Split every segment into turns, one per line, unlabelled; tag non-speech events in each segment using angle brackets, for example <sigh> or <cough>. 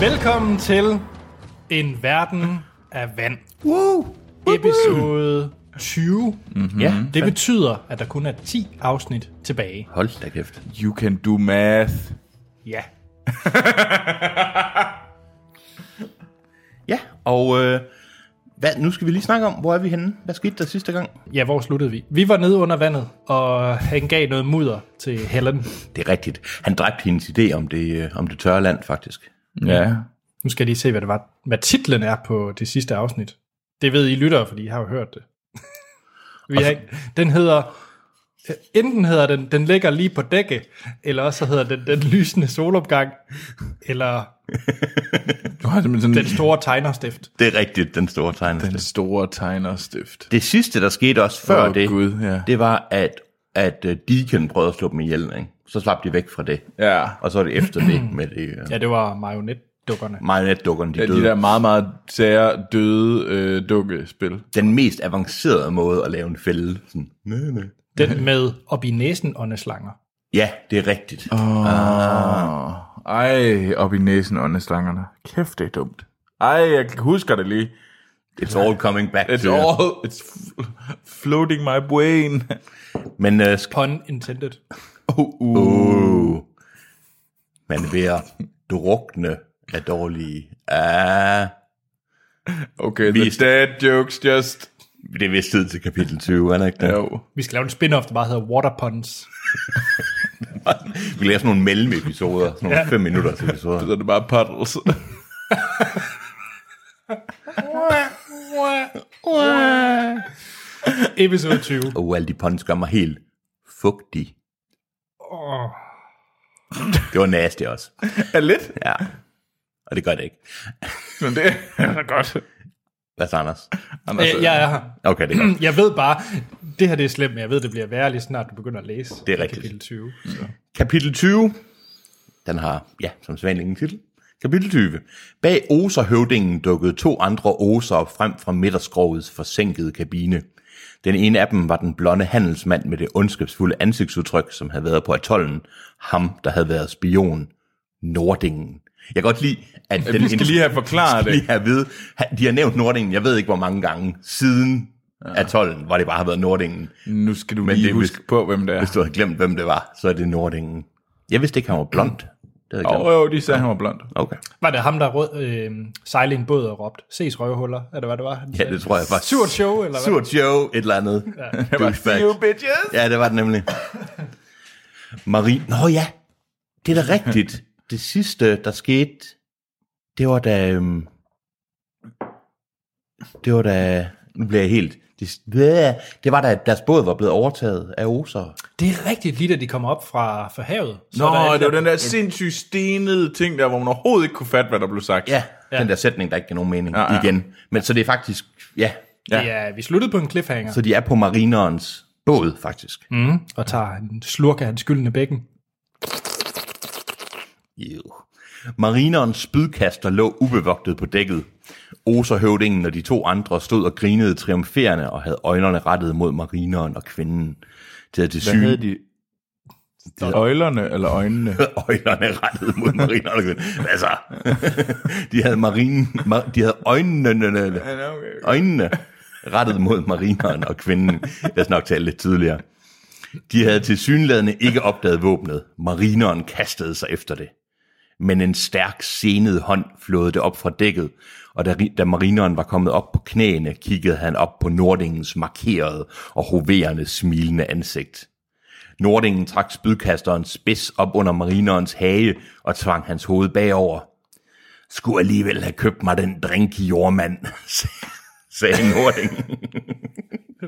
Velkommen til En Verden af Vand. Woo! Episode 20. Mm-hmm.
Ja,
Det betyder, at der kun er 10 afsnit tilbage.
hold da kæft.
You can do math.
Ja.
Ja, og øh, hvad, nu skal vi lige snakke om, hvor er vi henne? Hvad skete der sidste gang?
Ja, hvor sluttede vi? Vi var nede under vandet, og han gav noget mudder til Helen.
Det er rigtigt. Han dræbte hendes idé om det, øh, om det tørre land, faktisk.
Ja.
Nu skal jeg lige se, hvad, det var, hvad titlen er på det sidste afsnit. Det ved I lyttere, fordi I har jo hørt det. Vi har ikke, den hedder... Enten hedder den, den ligger lige på dække, eller også så hedder den, den lysende solopgang, eller
Du har simpelthen
den
sådan
store tegnerstift.
Det er rigtigt, den store
den
tegnestift.
store tegnerstift.
Det sidste, der skete også før
Åh,
det,
Gud, ja.
det var, at, at øh, Deacon prøvede at slå dem ihjel. Ikke? Så slap de væk fra det.
Ja.
Og så er det efter det med det, øh, ja.
Ja, det var marionetdukkerne.
marionetdukkerne, de
Ja,
døde.
de der meget, meget sære, døde øh, dukkespil.
Den mest avancerede måde at lave en fælde. Sådan. Næ, næ.
Den med op i næsen åndeslanger.
Ja, det er rigtigt. Oh.
Ah. Ej, op i næsen åndeslangerne. Kæft, det er dumt. Ej, jeg husker det lige.
It's all coming back.
It's
to you.
all, it's f- floating my brain.
Men øh, sk-
Pun intended.
Oh, uh.
Uh. Man er ved at drukne af dårlige. Ah,
Okay, the dad jokes just...
det er vist tid til kapitel 20, er det ikke det?
Jo.
Vi skal lave en spin-off, der bare hedder Water Puns.
Vi laver sådan nogle mellemepisoder, sådan nogle
Ja.
5 minutters
Så <laughs>
episoder.
er det bare puddles.
Episode 20.
Og alle de puns gør mig helt fugtig.
Oh.
Det var nasty også.
er lidt,
Ja. Og det gør det ikke.
men det er godt.
Hvad så, Anders?
Anders,
altså-
Øh, Jeg, jeg er her.
Okay, det er godt.
Jeg ved bare, det her det er slemt, men jeg ved, det bliver værre lige snart du begynder at læse.
Det er rigtigt.
Kapitel 20. Så.
Kapitel 20. Den har, ja, som sædvanlig ingen titel. Kapitel 20. Bag oserhøvdingen dukkede to andre oser op frem fra midterskrovets forsænkede kabine. Den ene af dem var den blonde handelsmand med det ondskabsfulde ansigtsudtryk, som havde været på atollen. Ham, der havde været spion. Nordingen. Jeg kan godt lide, at den...
vi skal lige have forklaret
Vi skal
det.
lige have ved, de har nævnt Nordingen, jeg ved ikke hvor mange gange, siden atollen, hvor det bare har været Nordingen.
Nu skal du
Men
lige
det er vist-
huske på, hvem det er.
Hvis du havde glemt, hvem det var, så er det Nordingen. Jeg vidste ikke, han var blond. Det havde jeg
Åh,
glemt.
oh, jo, de sagde, han var blond.
Okay.
Var det ham, der rød, øh, sejlede en båd og råbte, ses røvhuller, eller hvad det var?
Ja, det tror jeg faktisk.
Surt show, eller hvad?
Surt show, et eller andet.
Det var,
Douchebag.
you bitches!
Ja, det var det nemlig. Marie, nå ja, det er da rigtigt. Det sidste, der skete, det var da... øhm, Det var da... Nu bliver jeg helt... Det, Blæh. det var da, at deres båd var blevet overtaget af oser.
Det er rigtigt lige, da de kommer op fra, fra havet. Så
Nå,
der er
det var den der sindssygt stenede ting der, hvor man overhovedet ikke kunne fatte, hvad der blev sagt.
Ja,
Ja.
ja. den der sætning, der ikke giver nogen mening
Ja,
ja,
ja.
ja. igen. Men så det er faktisk... Ja,
Ja.
Ja, vi sluttede på en cliffhanger.
Så de er på marinerens båd, faktisk. Mm.
Mm, og tager en slurk af hans skyldende bækken.
Marinerens spydkaster lå ubevogtet på dækket. Oserhøvdingen og de to andre stod og grinede triumferende og havde øjnerne rettet mod marineren og kvinden. Det havde til
Hvad havde
syne
de? Øjlerne eller øjnene?
<laughs> øjnerne rettet mod marineren og kvinden. Hvad så? <laughs> de havde, marinen, ma- de havde øjnene, Øh, øjnene rettet mod marineren og kvinden. Lad os nok tale lidt tydeligere. De havde til synlædende ikke opdaget våbnet. Marineren kastede sig efter det. men en stærk, senet hånd flåede det op fra dækket, og da, da marineren var kommet op på knæene, kiggede han op på Nordingens markerede og hoverende smilende ansigt. Nordingen trak spydkasterens spids op under marinerens hage og tvang hans hoved bagover. Skulle alligevel have købt mig den drink, jordmand, sagde Nordingen.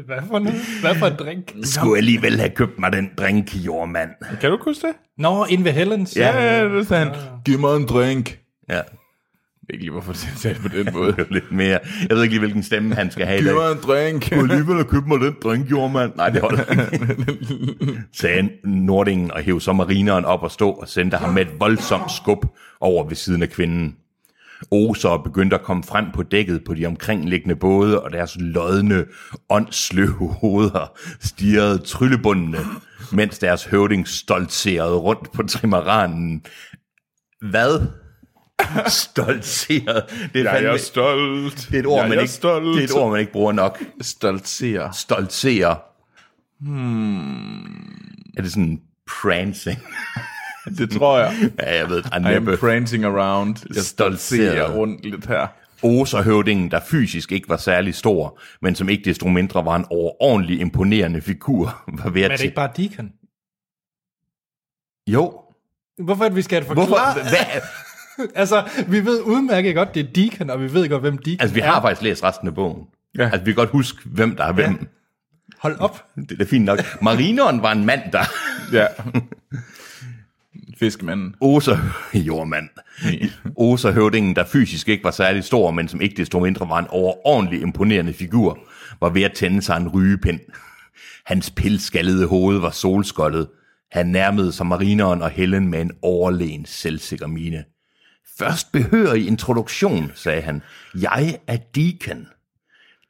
Hvad for noget? Hvad for en drink?
<laughs> Skulle alligevel have købt mig den drink, jordmand.
Kan du ikke huske det?
Nå, ind ved Helens.
Ja.
Ja, det sagde han. Giv mig en drink. Jeg
Ja,
ved ikke lige, hvorfor det er talt på den måde.
det er lidt mere. Jeg ved ikke lige, hvilken stemme han skal have
<laughs>
i
Giv
dag.
mig en drink.
skulle alligevel have købt mig den drink, jordmand. Nej, det holder ikke. <laughs> Sagde Nordingen og hævde så marineren op og stå og sendte ham med et voldsomt skub over ved siden af kvinden. Oser begyndte at komme frem på dækket på de omkringliggende både, og deres lodne, åndsløve hoveder stirrede tryllebundene, mens deres høvding stoltserede rundt på trimaranen. Hvad? Stoltserede? Det er,
Jeg
fandme,
er stolt.
det er et ord,
Jeg
man
er
ikke,
stolt.
det er et ord, man ikke bruger nok
Stoltserer.
stoltsere. Hmm. Er det sådan prancing? <laughs>
Det tror <laughs> jeg.
ja, jeg ved, at
I am
næppe.
prancing around. Jeg stoltserer
Stoltserer.
rundt lidt her.
Oserhøvdingen, der fysisk ikke var særlig stor, men som ikke desto mindre var en overordentlig imponerende figur, <laughs> var ved
Men er
at
det ikke
til...
bare Deacon?
Jo.
Hvorfor er det, vi skal have det
Hvorfor?
forklaret?
Hvad?
Altså, vi ved udmærket godt, det er Deacon, og vi ved godt, hvem Deacon
Altså, vi
er.
har faktisk læst resten af bogen.
Ja.
Ja. Altså, vi kan godt huske, hvem der er hvem. Ja.
Hold op.
Det er da fint nok. Marineren var en mand, der...
Ja. <laughs> Fiskemanden.
Oser... <laughs> Jordmand. Osa-høvdingen, der fysisk ikke var særlig stor, men som ikke desto mindre var en overordentlig imponerende figur, var ved at tænde sig en rygepind. Hans pilskallede hoved var solskoldet. Han nærmede sig marineren og Helen med en overlegen selvsikker mine. Først behørig introduktion, sagde han. Jeg er Deacon.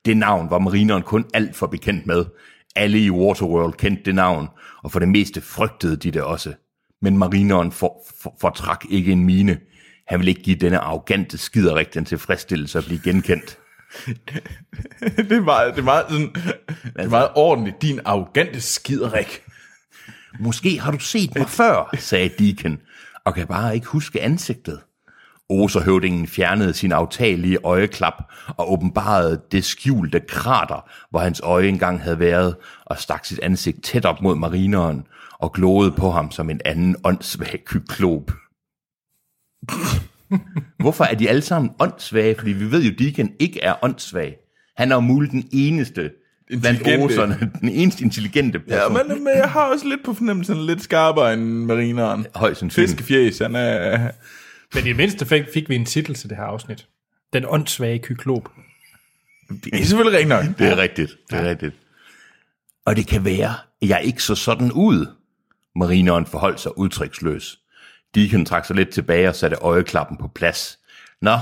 Det navn var marineren kun alt for bekendt med. Alle i Waterworld kendte det navn, og for det meste frygtede de det også. Men marineren for, for, fortrak ikke en mine. Han ville ikke give denne arrogante skiderik den tilfredsstillelse at blive genkendt.
<laughs> det er meget, det er meget, sådan, det er meget ordentligt. Din arrogante skiderik.
Måske har du set mig før, sagde Deacon, og kan bare ikke huske ansigtet. Oserhøvdingen fjernede sin aftagelige øjeklap og åbenbarede det skjulte krater, hvor hans øje engang havde været, og stak sit ansigt tæt op mod marineren og glåede på ham som en anden åndssvag kyklop. Hvorfor er de alle sammen åndssvage? Fordi vi ved jo, Deacon ikke er åndssvag. Han er jo muligt den eneste blandt
Intelligente.
oserne, den eneste intelligente person.
Ja, men, men jeg har også lidt på fornemmelsen, han er lidt skarpere end marineren.
Højst sandsynligt.
Fiskefjæs, han er...
Men i det mindste fik, fik vi en titel til det her afsnit. Den åndssvage kyklop.
Det er selvfølgelig rigtig <laughs> nok.
Det er rigtigt, det er ja. rigtigt. Og det kan være, at jeg ikke så sådan ud. Marineren forholdt sig udtryksløs. Deacon trak sig lidt tilbage og satte øjeklappen på plads. Nå,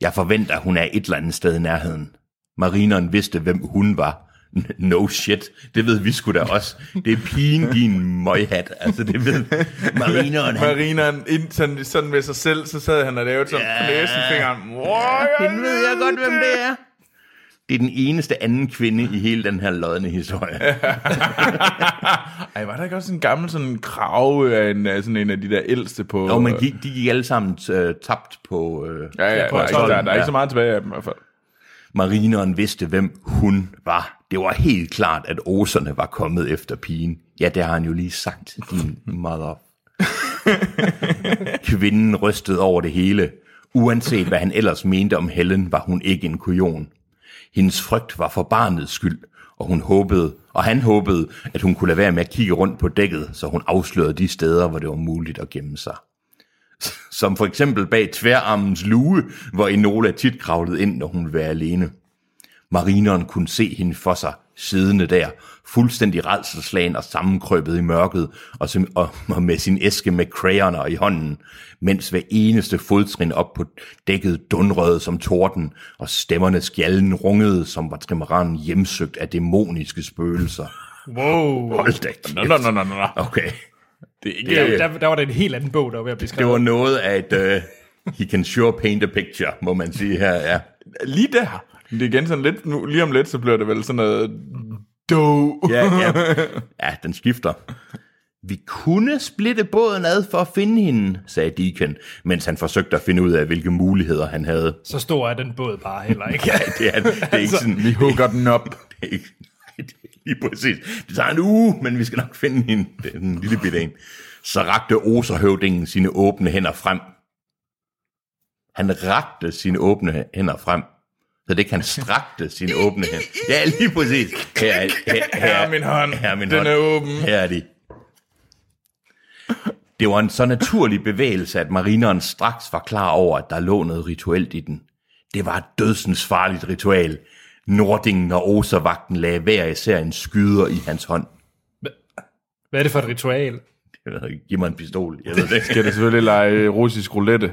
jeg forventer, hun er et eller andet sted i nærheden. Marineren vidste, hvem hun var. N- No shit, det ved vi sgu da også. Det er pigen, din møghat. Altså, det ved marineren. Han,
Marineren, ind, sådan, sådan med sig selv, så sad han og lavede sådan
Ja.
yeah. næsenfingeren. Wow,
den ved jeg godt, hvem det er. Det er den eneste anden kvinde i hele den her lodne historie.
Ej, var der ikke også en gammel sådan krave af en, af sådan en af de der ældste på...
Jo, men de, de gik alle sammen øh, tabt på... Øh,
Ja, ja,
på
der, er ikke, der, der er
ja.
ikke så meget tilbage af dem i hvert fald.
Marineren vidste, hvem hun var. Det var helt klart, at oserne var kommet efter pigen. Ja, det har han jo lige sagt, din mother. Kvinden rystede over det hele. Uanset hvad han ellers mente om Helen, var hun ikke en kujon. Hendes frygt var for barnets skyld, og hun håbede, og han håbede, at hun kunne lade være med at kigge rundt på dækket, så hun afslørede de steder, hvor det var muligt at gemme sig som for eksempel bag tværarmens luge, hvor Enola tit kravlede ind, når hun ville være alene. Marineren kunne se hende for sig, siddende der, fuldstændig redselslagen og sammenkrøbet i mørket, og, som, og, og med sin æske med crayoner i hånden, mens hver eneste fodtrin op på dækket dundrede som torden, og stemmernes gjallen rungede, som var trimaranen hjemsøgt af dæmoniske spøgelser.
Wow.
Hold da kæft.
Nå, nå, nå, nå, nå, nå.
Okay.
Det er ikke...
Der, der, der var det en helt anden bog, der var ved at blive
Det
skrevet.
var noget af et... Uh, he can sure paint a picture, må man sige her, ja.
lige der. Men Det er igen sådan lidt, nu, lige om lidt, så bliver det vel sådan noget... Do.
ja, ja. ja, den skifter. Vi kunne splitte båden ad for at finde hende, sagde Deacon, mens han forsøgte at finde ud af, hvilke muligheder han havde.
Så stor er den båd bare heller ikke.
Nej, det er, det er ikke sådan, vi hugger den op. Det er ikke, nej, det er lige præcis. Det tager en uge, men vi skal nok finde hende. Det er en lille bitte en. Så rakte Oserhøvdingen sine åbne hænder frem. Han rakte sine åbne hænder frem. Så det kan strakte sine åbne hænder. Ja, lige præcis. Her, er- her, her,
Her er min hånd.
Her er min
Den
hånd.
er åben.
Her er de. Det var en så naturlig bevægelse, at marineren straks var klar over, at der lå noget rituelt i den. Det var et dødsens farligt ritual. Nordingen og Oservagten lagde hver især en skyder i hans hånd.
Hvad er det for et ritual?
Jeg ved ikke, giv mig en pistol. Jeg ved det ikke.
Skal det selvfølgelig lege russisk roulette?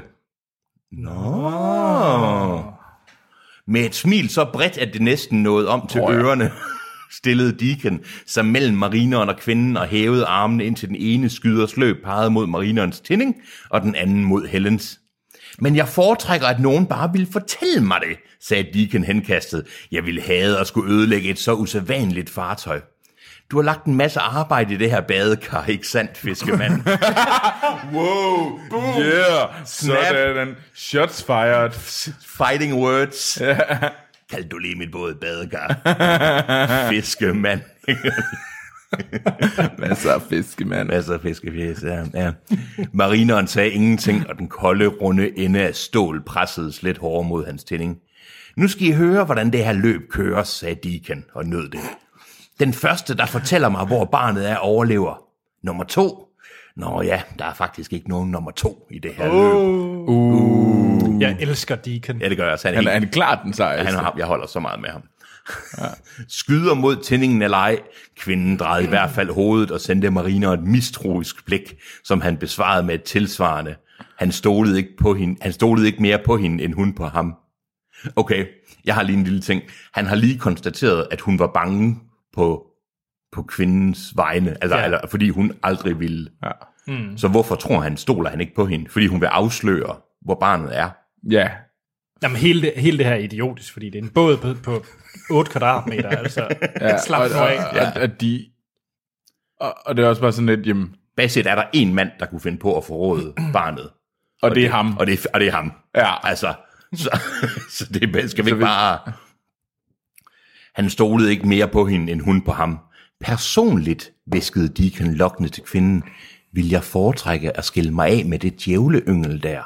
Med et smil så bredt, at det næsten nåede om til oh, ja. ørerne, <laughs> stillede Deacon sig mellem marineren og kvinden og hævede armene indtil den ene skyders løb pegede mod marinerens tinding, og den anden mod Helens. Men jeg foretrækker, at nogen bare ville fortælle mig det, sagde Deacon henkastet. Jeg ville hade at skulle ødelægge et så usædvanligt fartøj. Du har lagt en masse arbejde i det her badekar, ikke sandt, fiskemand? wow! Boom!
Yeah,
Snap.
sådan. Shots fired.
Fighting words. Kald du lige mit båd badekar. Fiskemand.
Masser af fiske, mand.
Masser af fiskefjæs, ja, ja. Marineren sagde ingenting, og den kolde, runde ende af stål pressede slet hårdere mod hans tænding. Nu skal I høre, hvordan det her løb kører, sagde Deacon og nød det. Den første, der fortæller mig, hvor barnet er, overlever. Nummer to. Nå ja, der er faktisk ikke nogen nummer to i det her oh. løb. Uh.
Jeg elsker Deacon.
Ja, det gør jeg også. Han er
Han
helt
er, han er klart den
Han
sejeste.
har, jeg holder så meget med ham. <laughs> Skyder mod tændingen af ej. Kvinden drejede i hvert fald hovedet og sendte mariner et mistroisk blik, som han besvarede med et tilsvarende. Han stolede ikke, på hende, han stolede ikke mere på hende, end hun på ham. Okay, jeg har lige en lille ting. Han har lige konstateret, at hun var bange på, på kvindens vegne, altså, ja.
Ja.
eller, fordi hun aldrig ville.
Ja.
Mm. Så hvorfor tror han, stoler han ikke på hende? Fordi hun vil afsløre, hvor barnet er.
Ja.
Jamen, hele det, hele det her er idiotisk, fordi det er en båd på, på 8 kvadratmeter, altså.
ja.
Slap
og,
nu
og,
af.
og, og, og, de, og, og det er også bare sådan lidt, jamen,
Basset er der en mand, der kunne finde på at forråde barnet.
og det er ham.
Og det, er- og det er ham.
Ja.
Altså, så, <laughs> så det er- skal vi ikke bare... Han stolede ikke mere på hende, end hun på ham. Personligt, viskede Deacon lokkende til kvinden, vil jeg foretrække at skille mig af med det djævleyngel der.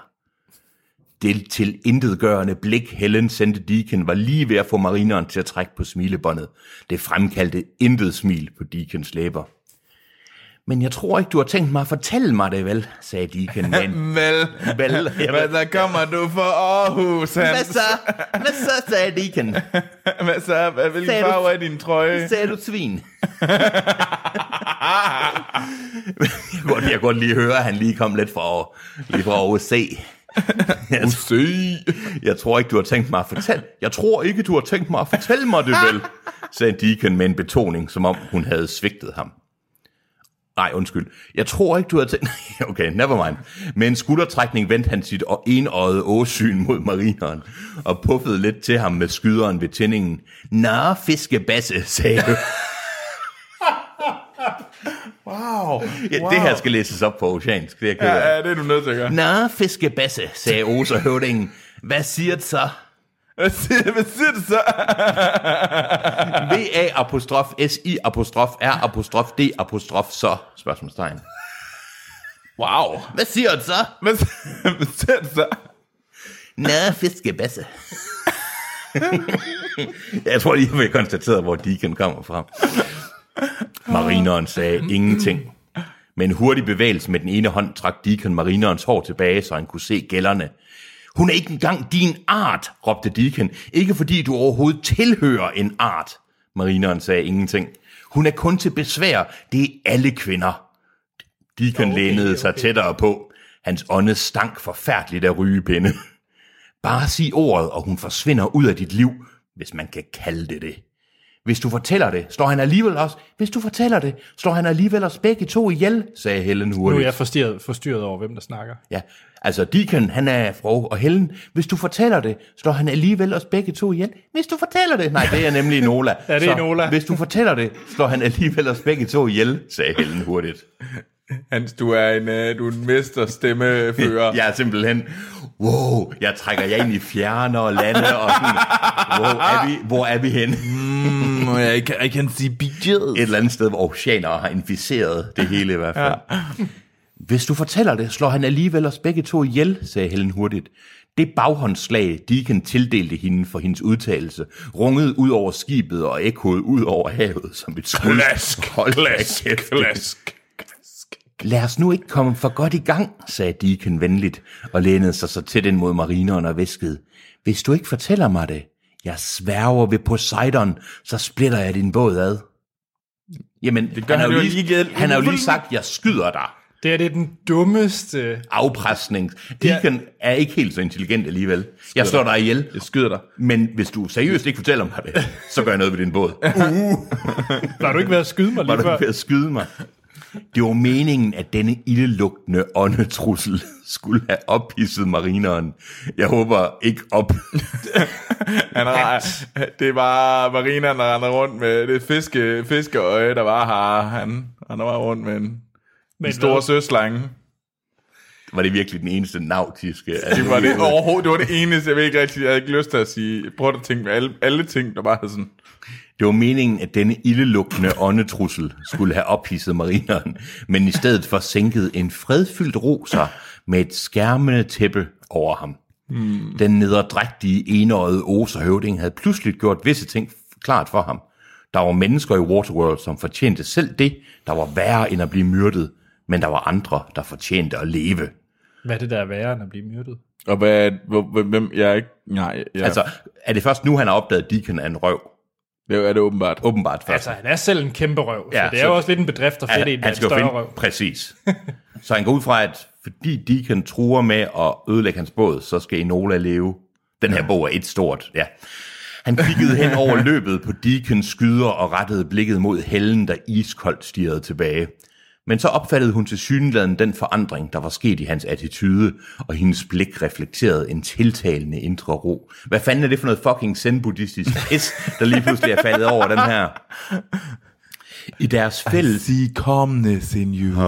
Det til intetgørende blik, Helen sendte Deacon, var lige ved at få marineren til at trække på smilebåndet. Det fremkaldte intet smil på Deacons læber. Men jeg tror ikke, du har tænkt mig at fortælle mig det, vel, sagde Deacon med en
Vel, <laughs> hvad
Vel, jamen,
der kommer du fra Aarhus,
hvad
Hans?
så? Hvad så, sagde <laughs> Deacon?
<laughs> Hvad så? Hvad- Hvilken
Sagde du-
farve er din trøje?
Sagde du svin? jeg, kunne, godt- jeg kunne godt lige høre, at han lige kom lidt fra, lige fra OSC. Jeg, jeg tror ikke, du har tænkt mig at fortælle. Jeg tror ikke, du har tænkt mig at fortælle mig det vel, sagde Deacon med en betoning, som om hun havde svigtet ham. Nej, undskyld. Jeg tror ikke, du havde tænkt... <laughs> Okay, never mind. Med en skuldertrækning vendte han sit og- enøjede åsyn mod marineren, og puffede lidt til ham med skyderen ved tændingen. Nå, fiskebasse, sagde du.
Wow.
Ja, wow. Det her skal læses op på oceansk, det er jeg ked af.
Ja, ja, det er du nødt til at gøre.
Nå, fiskebasse, sagde Oserhøvdingen. Hvad siger det så?
Hvad siger, hvad siger du
<laughs>
så?
V-A apostrof S-I apostrof R apostrof D apostrof så? Spørgsmålstegn.
Wow.
Hvad siger det så?
Hvad, siger- hvad siger du så?
Nå, fiskebasse. <laughs> jeg tror lige, vi har konstateret, hvor Deacon kommer fra. Marineren sagde ingenting. Med en hurtig bevægelse med den ene hånd trak Deacon marinerens hår tilbage, så han kunne se gælderne. Hun er ikke engang din art, råbte Deacon. Ikke fordi du overhovedet tilhører en art. Marineren sagde ingenting. Hun er kun til besvær. Det er alle kvinder. Deacon okay, lænede okay. sig tættere på. Hans ånde stank forfærdeligt af rygepinde. <laughs> Bare sig ordet, og hun forsvinder ud af dit liv, hvis man kan kalde det det. Hvis du fortæller det, slår han alligevel os. Hvis du fortæller det, slår han alligevel os begge to ihjel, sagde Helen
Nu
hurtigt.
er jeg forstyrret, forstyrret over, hvem der snakker.
Ja, altså Deacon, han er Frog og Helen. Hvis du fortæller det, slår han alligevel os begge to ihjel. Hvis du fortæller det. Nej, det er nemlig Nola.
<laughs> Ja, det er Nola.
Hvis du fortæller det, slår han alligevel os begge to ihjel, sagde Helen hurtigt.
Hans, du er en, øh, du er en mesterstemmefører.
Jeg er simpelthen, wow, jeg trækker jer ind i fjerne og lande, og sådan, wow, er vi, hvor er vi henne?
Mm,
I can, I can see
Et eller andet sted, hvor oceaner har inficeret det hele i hvert fald. Ja. Hvis du fortæller det, slår han alligevel os begge to ihjel, sagde Helen hurtigt. Det baghåndslag, Deacon tildelte hende for hendes udtalelse, rungede ud over skibet og ekkoede ud over havet som et skud.
Klask,
Hold da
klask,
kæft, det
klask.
Lad os nu ikke komme for godt i gang, sagde Deacon venligt og lænede sig så tæt ind mod marineren og viskede. Hvis du ikke fortæller mig det, jeg sværger ved Poseidon, så splitter jeg din båd ad. Jamen, det
gør han
han, har
jo
jo lige,
alligevel.
han har jo lige sagt, jeg skyder dig.
Det er det er den dummeste...
Afpresning. Deacon er ikke helt så intelligent alligevel. Jeg slår dig ihjel,
Jeg skyder dig.
men hvis du seriøst ikke fortæller mig det, så gør jeg noget ved din båd.
Var du ikke ved at skyde mig lige
Var du
før?
ikke ved at skyde mig? Det var meningen, at denne ildelugtende åndetrussel skulle have ophidset marineren. Jeg håber ikke op.
Han har, det var Marina, der render rundt med det fiske, fiskeøje, der var her. Han, han var rundt med en,
Men
en stor
hvad?
søslange.
Var det virkelig den eneste nautiske?
Det var det, overhovedet, det var det eneste, jeg ved ikke rigtig, jeg havde ikke lyst til at sige. Prøv at tænke med alle, alle ting, der bare er sådan.
det var meningen, at denne ildelugtende åndetrussel skulle have ophidset marineren, men i stedet for sænkede en fredfyldt ro sig med et skærmende tæppe over ham. Mm. Den nederdrægtige, enøjede Oserhøvding havde pludselig gjort visse ting klart for ham. Der var mennesker i Waterworld, som fortjente selv det, der var værre end at blive myrdet, men der var andre, der fortjente at leve.
Hvad er det der er værre end at blive myrdet?
Og hvad, hvor, hvem, jeg er ikke, nej, jeg,
Ja. Altså, er det først nu, han har opdaget, at Deacon er en røv?
det er det åbenbart.
Åbenbart først.
Altså, han er selv en kæmpe røv, ja,
Ja,
så det er
så-
jo også lidt en bedrift at fedte en, der er en
han skal jo
større
finde,
røv.
præcis. så han går ud fra, at fordi Deacon truer med at ødelægge hans båd, så skal Enola leve. Den her bog er et stort, ja. Han kiggede hen
<laughs>
over løbet på Deacons skyder og rettede blikket mod Helen, der iskoldt stirrede tilbage. Men så opfattede hun til synligheden den forandring, der var sket i hans attitude, og hendes blik reflekterede en tiltalende indre ro. Hvad fanden er det for noget fucking zen-buddhistisk pis, der lige pludselig er faldet over den her? I deres fælles
See calmness in you.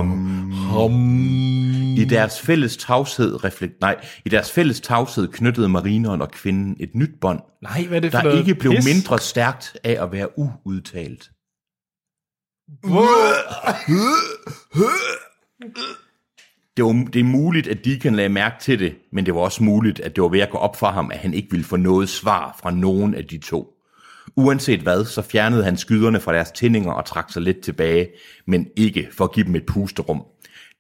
I deres fælles tavshed, reflekt, nej, i deres fælles tavshed knyttede marineren og kvinden et nyt bånd,
Nej, hvad er det for
der
noget
ikke blev
pis?
mindre stærkt af at være uudtalt. Det, var, det er muligt, at Deacon lagde mærke til det, men det var også muligt, at det var ved at gå op for ham, at han ikke ville få noget svar fra nogen af de to. Uanset hvad, så fjernede han skyderne fra deres tændinger og trak sig lidt tilbage, men ikke for at give dem et pusterum.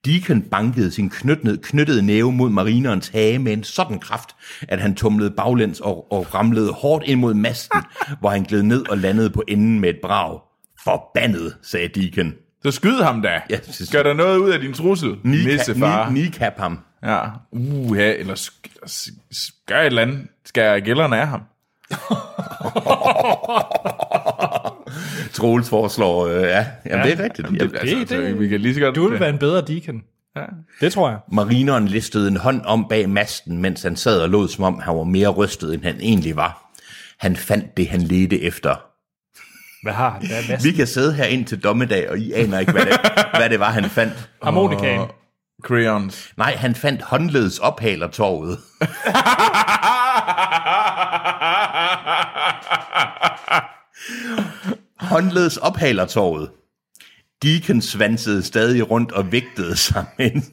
Deacon bankede sin knyttede, knyttede næve mod marinerens hage med en sådan kraft, at han tumlede baglæns og, og ramlede hårdt ind mod <laughs> masten, hvor han gled ned og landede på enden med et brag. Forbandet, sagde Deacon.
Så skyd ham da.
Ja, så-
Gør der noget ud af din trussel, nissefar.
ni, kap ham.
Ja, uha, eller sk- eller sk- sk- gør et eller andet. Skær gælderne af ham.
Troels foreslår, øh, ja, jamen, ja, det er rigtigt. Jamen,
Det,
det,
altså, det,
det-
vi kan lige så godt...
Du ville være en bedre deacon. Ja. Det tror jeg.
Marineren listede en hånd om bag masten, mens han sad og lod som om, han var mere rystet, end han egentlig var. Han fandt det, han ledte efter.
Hvad har han? Hvad er
Vi
massen?
kan sidde her ind til dommedag, og I aner ikke, hvad det, hvad det var, han fandt.
Harmonikaen.
Crayons.
Nej, han fandt håndledes ophalertorvet. håndledes ophalertorvet. Deacon svansede stadig rundt og vægtede sig med en...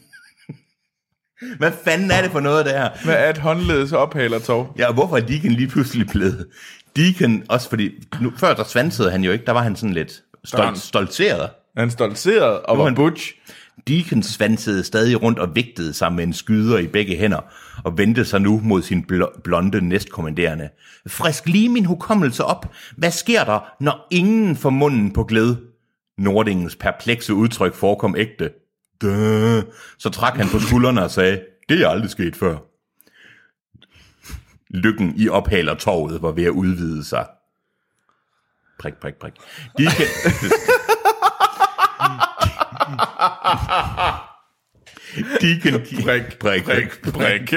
Hvad fanden er det for noget, det her?
Hvad er et håndledes ophalertog?
Ja, og hvorfor er Deacon lige pludselig blevet... Deacon, også fordi... Nu, før der svansede han jo ikke, der var han sådan lidt
Sådan.
stol, stolteret.
Han stoltserede og var
han-
butch.
Deacon svansede stadig rundt og vægtede sig med en skyder i begge hænder, og vendte sig nu mod sin bl- blonde næstkommanderende. Frisk lige min hukommelse op. Hvad sker der, når ingen får munden på glæde? Nordingens perplekse udtryk forekom ægte. Duh. Så trak han på skuldrene og sagde, det er aldrig sket før. Lykken i ophalertorvet var ved at udvide sig. Prik, prik, prik. Deacon... Deacon, prik, prik, prik, prik.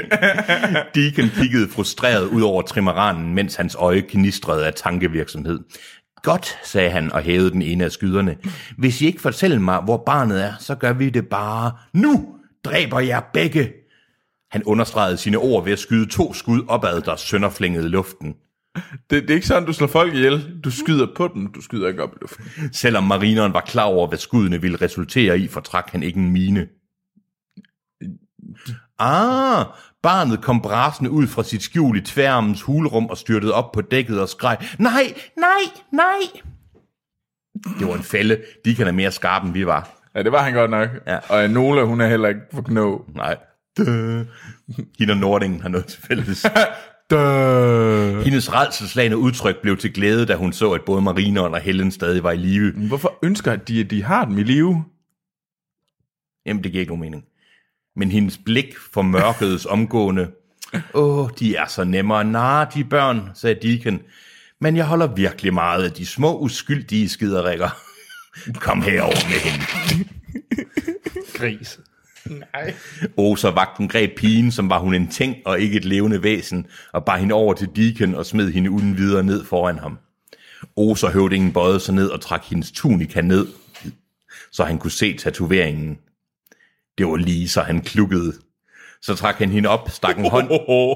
Deacon kiggede frustreret ud over trimaranen, mens hans øje gnistrede af tankevirksomhed. Godt, sagde han og hævede den ene af skyderne. Hvis I ikke fortæller mig, hvor barnet er, så gør vi det bare. Nu dræber jeg begge! Han understregede sine ord ved at skyde to skud opad, der sønderflængede luften.
Det, det er ikke sådan, du slår folk ihjel. Du skyder på dem, du skyder ikke op i luften.
Selvom marineren var klar over, hvad skuddene ville resultere i, fortrak han ikke en mine. Ah, barnet kom brasende ud fra sit skjul i tværmens hulrum og styrtede op på dækket og skreg, nej, nej, nej. Det var en fælde. De kan da mere skarpe, end vi var.
Ja, det var han godt nok.
Ja.
Ja. Og Nola, hun er heller ikke for knog.
Nej. Duh. Hende og Nordingen har noget til fælles.
Duh.
Hendes redselslagende udtryk blev til glæde, da hun så, at både marineren og Helen stadig var i live.
Hvorfor ønsker de, at de har dem i live?
Jamen, det giver ikke nogen mening. Men hendes blik formørkedes omgående. Åh, de er så nemmere. Nah, de børn, sagde Deacon. Men jeg holder virkelig meget af de små, uskyldige skiderikker. <laughs> Kom herover med hende.
Gris. Nej.
Og så vagten greb pigen, som var hun en ting og ikke et levende væsen, og bar hende over til Deacon og smed hende uden videre ned foran ham. Oser Oh, høvdingen bøjede sig ned og trak hendes tunika ned, så han kunne se tatoveringen. Det var lige, så han klukkede. Så trak han hende op, stak
<laughs>
en, hånd,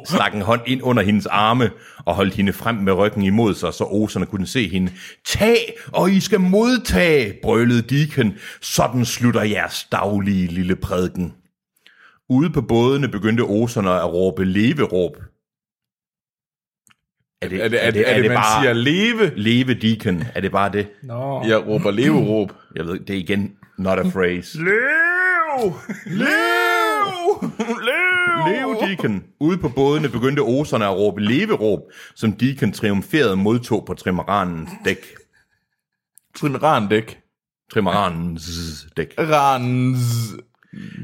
stak en hånd ind under hendes arme og holdt hende frem med ryggen imod sig, så oserne kunne se hende. Tag, og I skal modtage, brølede Deacon. Sådan slutter jeres daglige lille prædiken. Ude på bådene begyndte oserne at råbe leveråb. Er det,
Er det, er det, er det, man
bare
siger leve?
leve Deacon? Er det bare det?
Nå.
Jeg råber leveråb.
Jeg ved ikke, det er igen not a phrase.
Lev! Lev! Lev!
Leve Deacon! Ude på bådene begyndte oserne at råbe leveråb, som Deacon triumferet modtog på trimaranens dæk.
Randæk.
Trimaranens dæk.
Rans.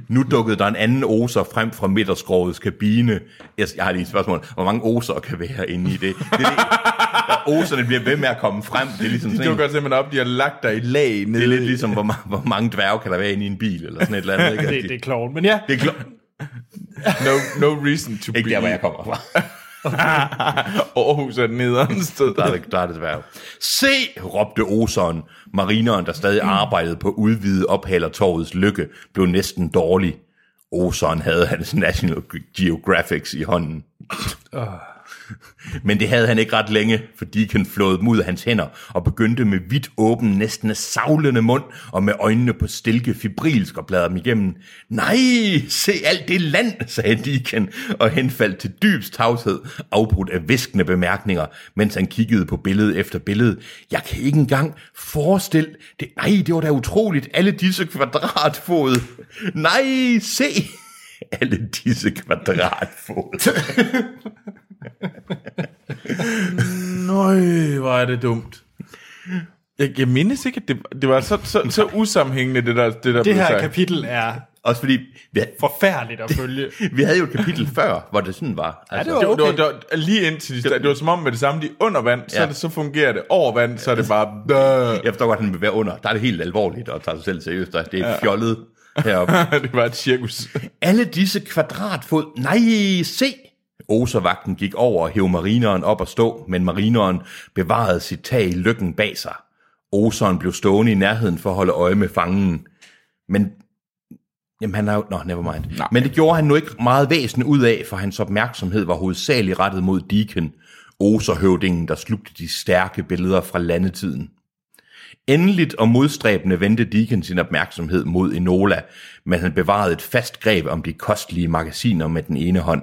Nu dukkede der en anden oser frem fra midterskrovets kabine. Jeg, jeg har lige et spørgsmål. Hvor mange oser kan være inde i det? det, er det og oserne bliver ved med at komme frem. Det er ligesom
De
sådan en,
dukker simpelthen op, de har lagt dig i lag nede.
det er lidt ligesom, hvor, ma- hvor mange dværge kan der være inde i en bil, eller sådan et eller andet. Ikke?
Det, det er kloven, men ja.
det er klart.
No, no reason to
Ikke
be.
der, hvor jeg kommer fra.
<laughs> Aarhus er den nederen sted.
Der er det, der er det dværge. Se, råbte Oseren. Marineren, der stadig arbejdede på at udvide ophalertorvets lykke, blev næsten dårlig. Oseren havde hans National Geographics i hånden. Men det havde han ikke ret længe, for Deacon flåede dem ud af hans hænder og begyndte med vidt åben, næsten savlende mund og med øjnene på stilke fibrilsk og bladrede dem igennem. Nej, se alt det land, sagde Deacon og henfaldt til dybst tavshed, afbrudt af viskende bemærkninger, mens han kiggede på billede efter billede. Jeg kan ikke engang forestille det. Nej, det var da utroligt, alle disse kvadratfod. Nej, se <laughs> alle disse kvadratfod.
Nøj, hvor er det dumt. Jeg, jeg mindes ikke, at det, det var så, så, så usammenhængende, det der, det der
Det
blev
her
sagt.
kapitel er
Også fordi, vi,
forfærdeligt at følge.
Vi havde jo et kapitel <laughs> før, hvor det sådan var. Altså,
det var-
Det var, det var lige indtil de startede. Det var som om med det samme, de er under vand, så,
Ja.
er det, så fungerer det. Over vand, så er det bare... <laughs> Duh.
Jeg forstår godt, at han vil være under. Der er det helt alvorligt og tager sig selv seriøst. og Det er ja.
<laughs>
fjollet heroppe.
det var et cirkus.
Alle disse kvadratfod. Nej, se! Oservagten gik over og hævde marineren op og stå, men marineren bevarede sit tag i lykken bag sig. Oseren blev stående i nærheden for at holde øje med fangen. Men Jamen, han har jo... Nå, nevermind. Nej. Men det gjorde han nu ikke meget væsen ud af, for hans opmærksomhed var hovedsageligt rettet mod Deacon, Oserhøvdingen, der slugte de stærke billeder fra landetiden. Endeligt og modstræbende vendte Deacon sin opmærksomhed mod Enola, men han bevarede et fast greb om de kostelige magasiner med den ene hånd.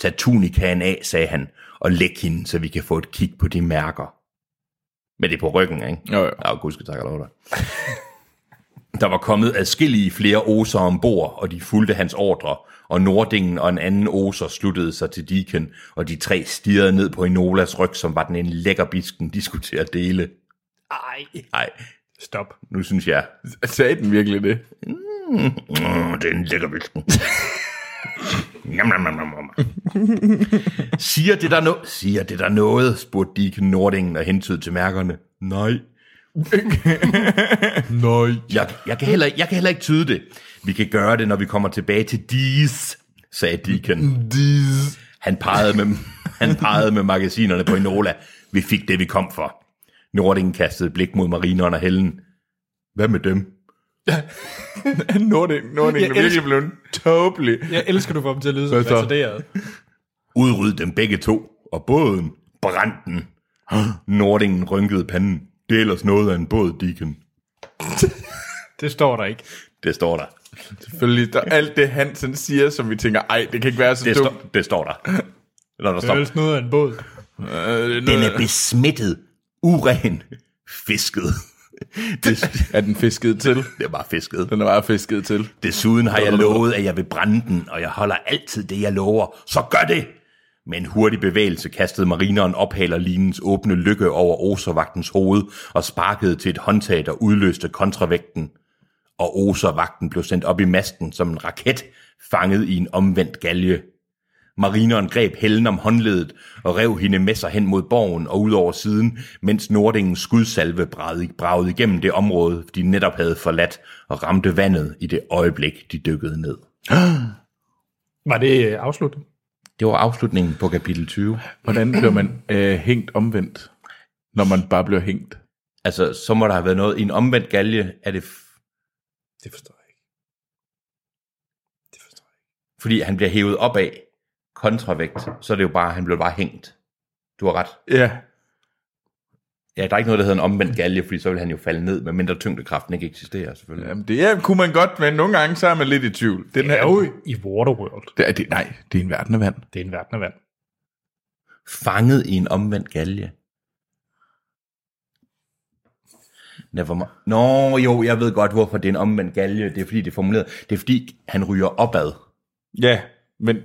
Tag tunikaen af, sagde han, og læg hende, så vi kan få et kig på de mærker. Men det er på ryggen, ikke?
Jo, jo.
Ja, gud skal takke lov dig. <laughs> Der var kommet adskillige flere oser ombord, og de fulgte hans ordre, og Nordingen og en anden oser sluttede sig til Deacon, og de tre stirrede ned på Enolas ryg, som var den en lækker bisken, de skulle til at dele.
Ej.
Nej,
Stop.
nu synes jeg,
Sagde den virkelig det?
Mm, det er en lækker <laughs> vilken. Jam, jam, jam, jam, jam. Siger det der noget? Siger det der noget? spurgte Deacon Nordingen og hentede til mærkerne. Nej.
Nøj.
Jeg, jeg, kan heller, jeg kan heller ikke tyde det. Vi kan gøre det, når vi kommer tilbage til Dees, sagde Deacon.
<laughs>
Dees. <laughs> Han pegede med, han pegede med magasinerne på Enola. Vi fik det, vi kom for. Nordingen kastede et blik mod marineren og hellen. Hvad med dem?
Nording, Nording
Jeg
er virkelig
elsker-
blevet tåbelig.
Jeg elsker, du får dem til at lyde
Hvad
som
så?
retarderet.
Udryd dem begge to, og båden brændte den. Nordingen rynkede panden. Det er ellers noget af en båd, Deacon.
Det står der ikke.
Det står der.
Selvfølgelig. Der, alt det Hansen siger, som vi tænker, ej, det kan ikke være så
Det,
dumt.
sto- det står der. Når der står,
Det er noget af en båd.
Øh, det er
den
noget-
er besmittet, uren, fisket. <laughs> Det,
<laughs> er den fisket til?
det er bare fisket.
Den er bare fisket til.
Desuden har jeg lovet, at jeg vil brænde den, og jeg holder altid det, jeg lover. Så gør det! Med en hurtig bevægelse kastede marineren ophalerlinens åbne lykke over oservagtens hoved og sparkede til et håndtag, der udløste kontravægten. Og oservagten blev sendt op i masten som en raket, fanget i en omvendt galge. Marineren greb hælden om håndledet og rev hende med sig hen mod borgen og ud over siden, mens Nordingens skudsalve bragede, bragede igennem det område, de netop havde forladt, og ramte vandet i det øjeblik, de dykkede ned.
Var det øh, afslutning?
Det var afslutningen på kapitel 20.
Hvordan bliver man øh, hængt omvendt, når man bare bliver hængt?
Altså, så må der have været noget i en omvendt galge. Er det f-
Det forstår jeg ikke. Det forstår jeg ikke.
fordi han bliver hævet op af kontravægt, så er det jo bare, han blev bare hængt. Du har ret.
Ja.
Ja, der er ikke noget, der hedder en omvendt galge, fordi så vil han jo falde ned, medmindre tyngdekraften ikke eksisterer, selvfølgelig.
Jamen, det ja, kunne man godt, men nogle gange så er man lidt i tvivl. Den
Det
her,
er jo i Waterworld.
det er, det, nej, det er en verden af vand.
Det er en verden af vand.
fanget i en omvendt galge. Never Nå, jo, jeg ved godt, hvorfor det er en omvendt galge. Det er fordi, det er formuleret. Det er fordi, han ryger opad.
Ja, men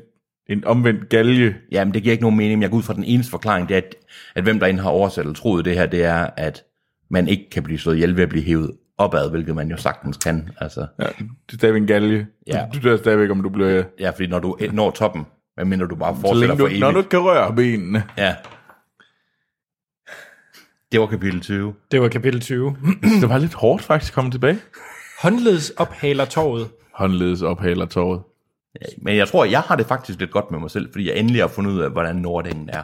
en omvendt galge.
Jamen, det giver ikke nogen mening, men jeg går ud fra den eneste forklaring, det er, at, at hvem der end har oversat eller troet det her, det er, at man ikke kan blive slået ihjel ved at blive hævet opad, hvilket man jo sagtens kan. Altså,
Ja, det er stadigvæk en galge.
Ja.
Du dør stadigvæk, om du bliver...
ja, fordi når du når toppen, hvad mener du bare
Så
fortsætter
længe
for
du,
evigt?
når du ikke kan røre benene.
Ja. Det var kapitel 20.
Det var kapitel 20.
Mm. Det var lidt hårdt faktisk at komme tilbage.
Håndledes ophaler torvet.
Håndledes ophaler tåret.
Men jeg tror, jeg har det faktisk lidt godt med mig selv, fordi jeg endelig har fundet ud af, hvordan Nordingen er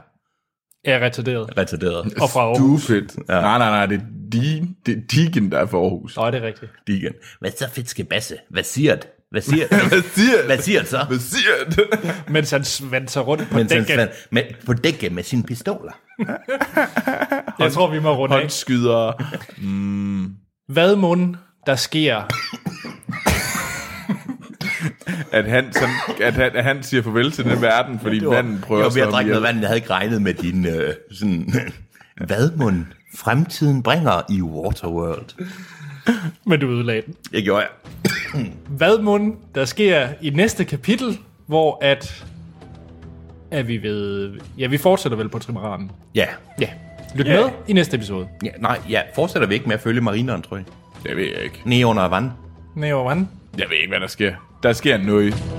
Er retarderet.
retarderet.
Og fra Aarhus.
Stupid. Ja. Nej, nej, nej, det er, din, det er Digen, der er for Aarhus.
Nå, det er rigtigt.
Digen. Hvad så fedt skal basse? Hvad siger det? Hvad siger det? <laughs>
Hvad siger
Hvad
det?
siger det så?
Hvad siger det?
Mens han svanser rundt på
Mens han
dækket.
svandt med, på dækket med sine pistoler.
Jeg tror, vi må runde af.
Håndskyder.
Hvad mund der sker?
At han, sådan, at, han, at han siger farvel til den verden, fordi vandet prøver
jeg var ved
slå
at
ham
drikke noget
ihjel.
vand, jeg havde ikke regnet med din øh, sådan... <laughs> Hvad mon fremtiden bringer i Waterworld?
Men du ødelagde den.
Jeg gjorde jeg.
Hvad mund der sker i næste kapitel, hvor at... Er vi ved... Ja, vi fortsætter vel på trimaranen.
Ja.
Ja. Lyt
Ja.
med i næste episode.
ja. Nej, ja. Fortsætter vi ikke med at følge marineren, tror jeg.
Det ved jeg ikke.
Ned under vand.
Neo, han.
Jeg ved ikke, hvad der sker. Der sker noget.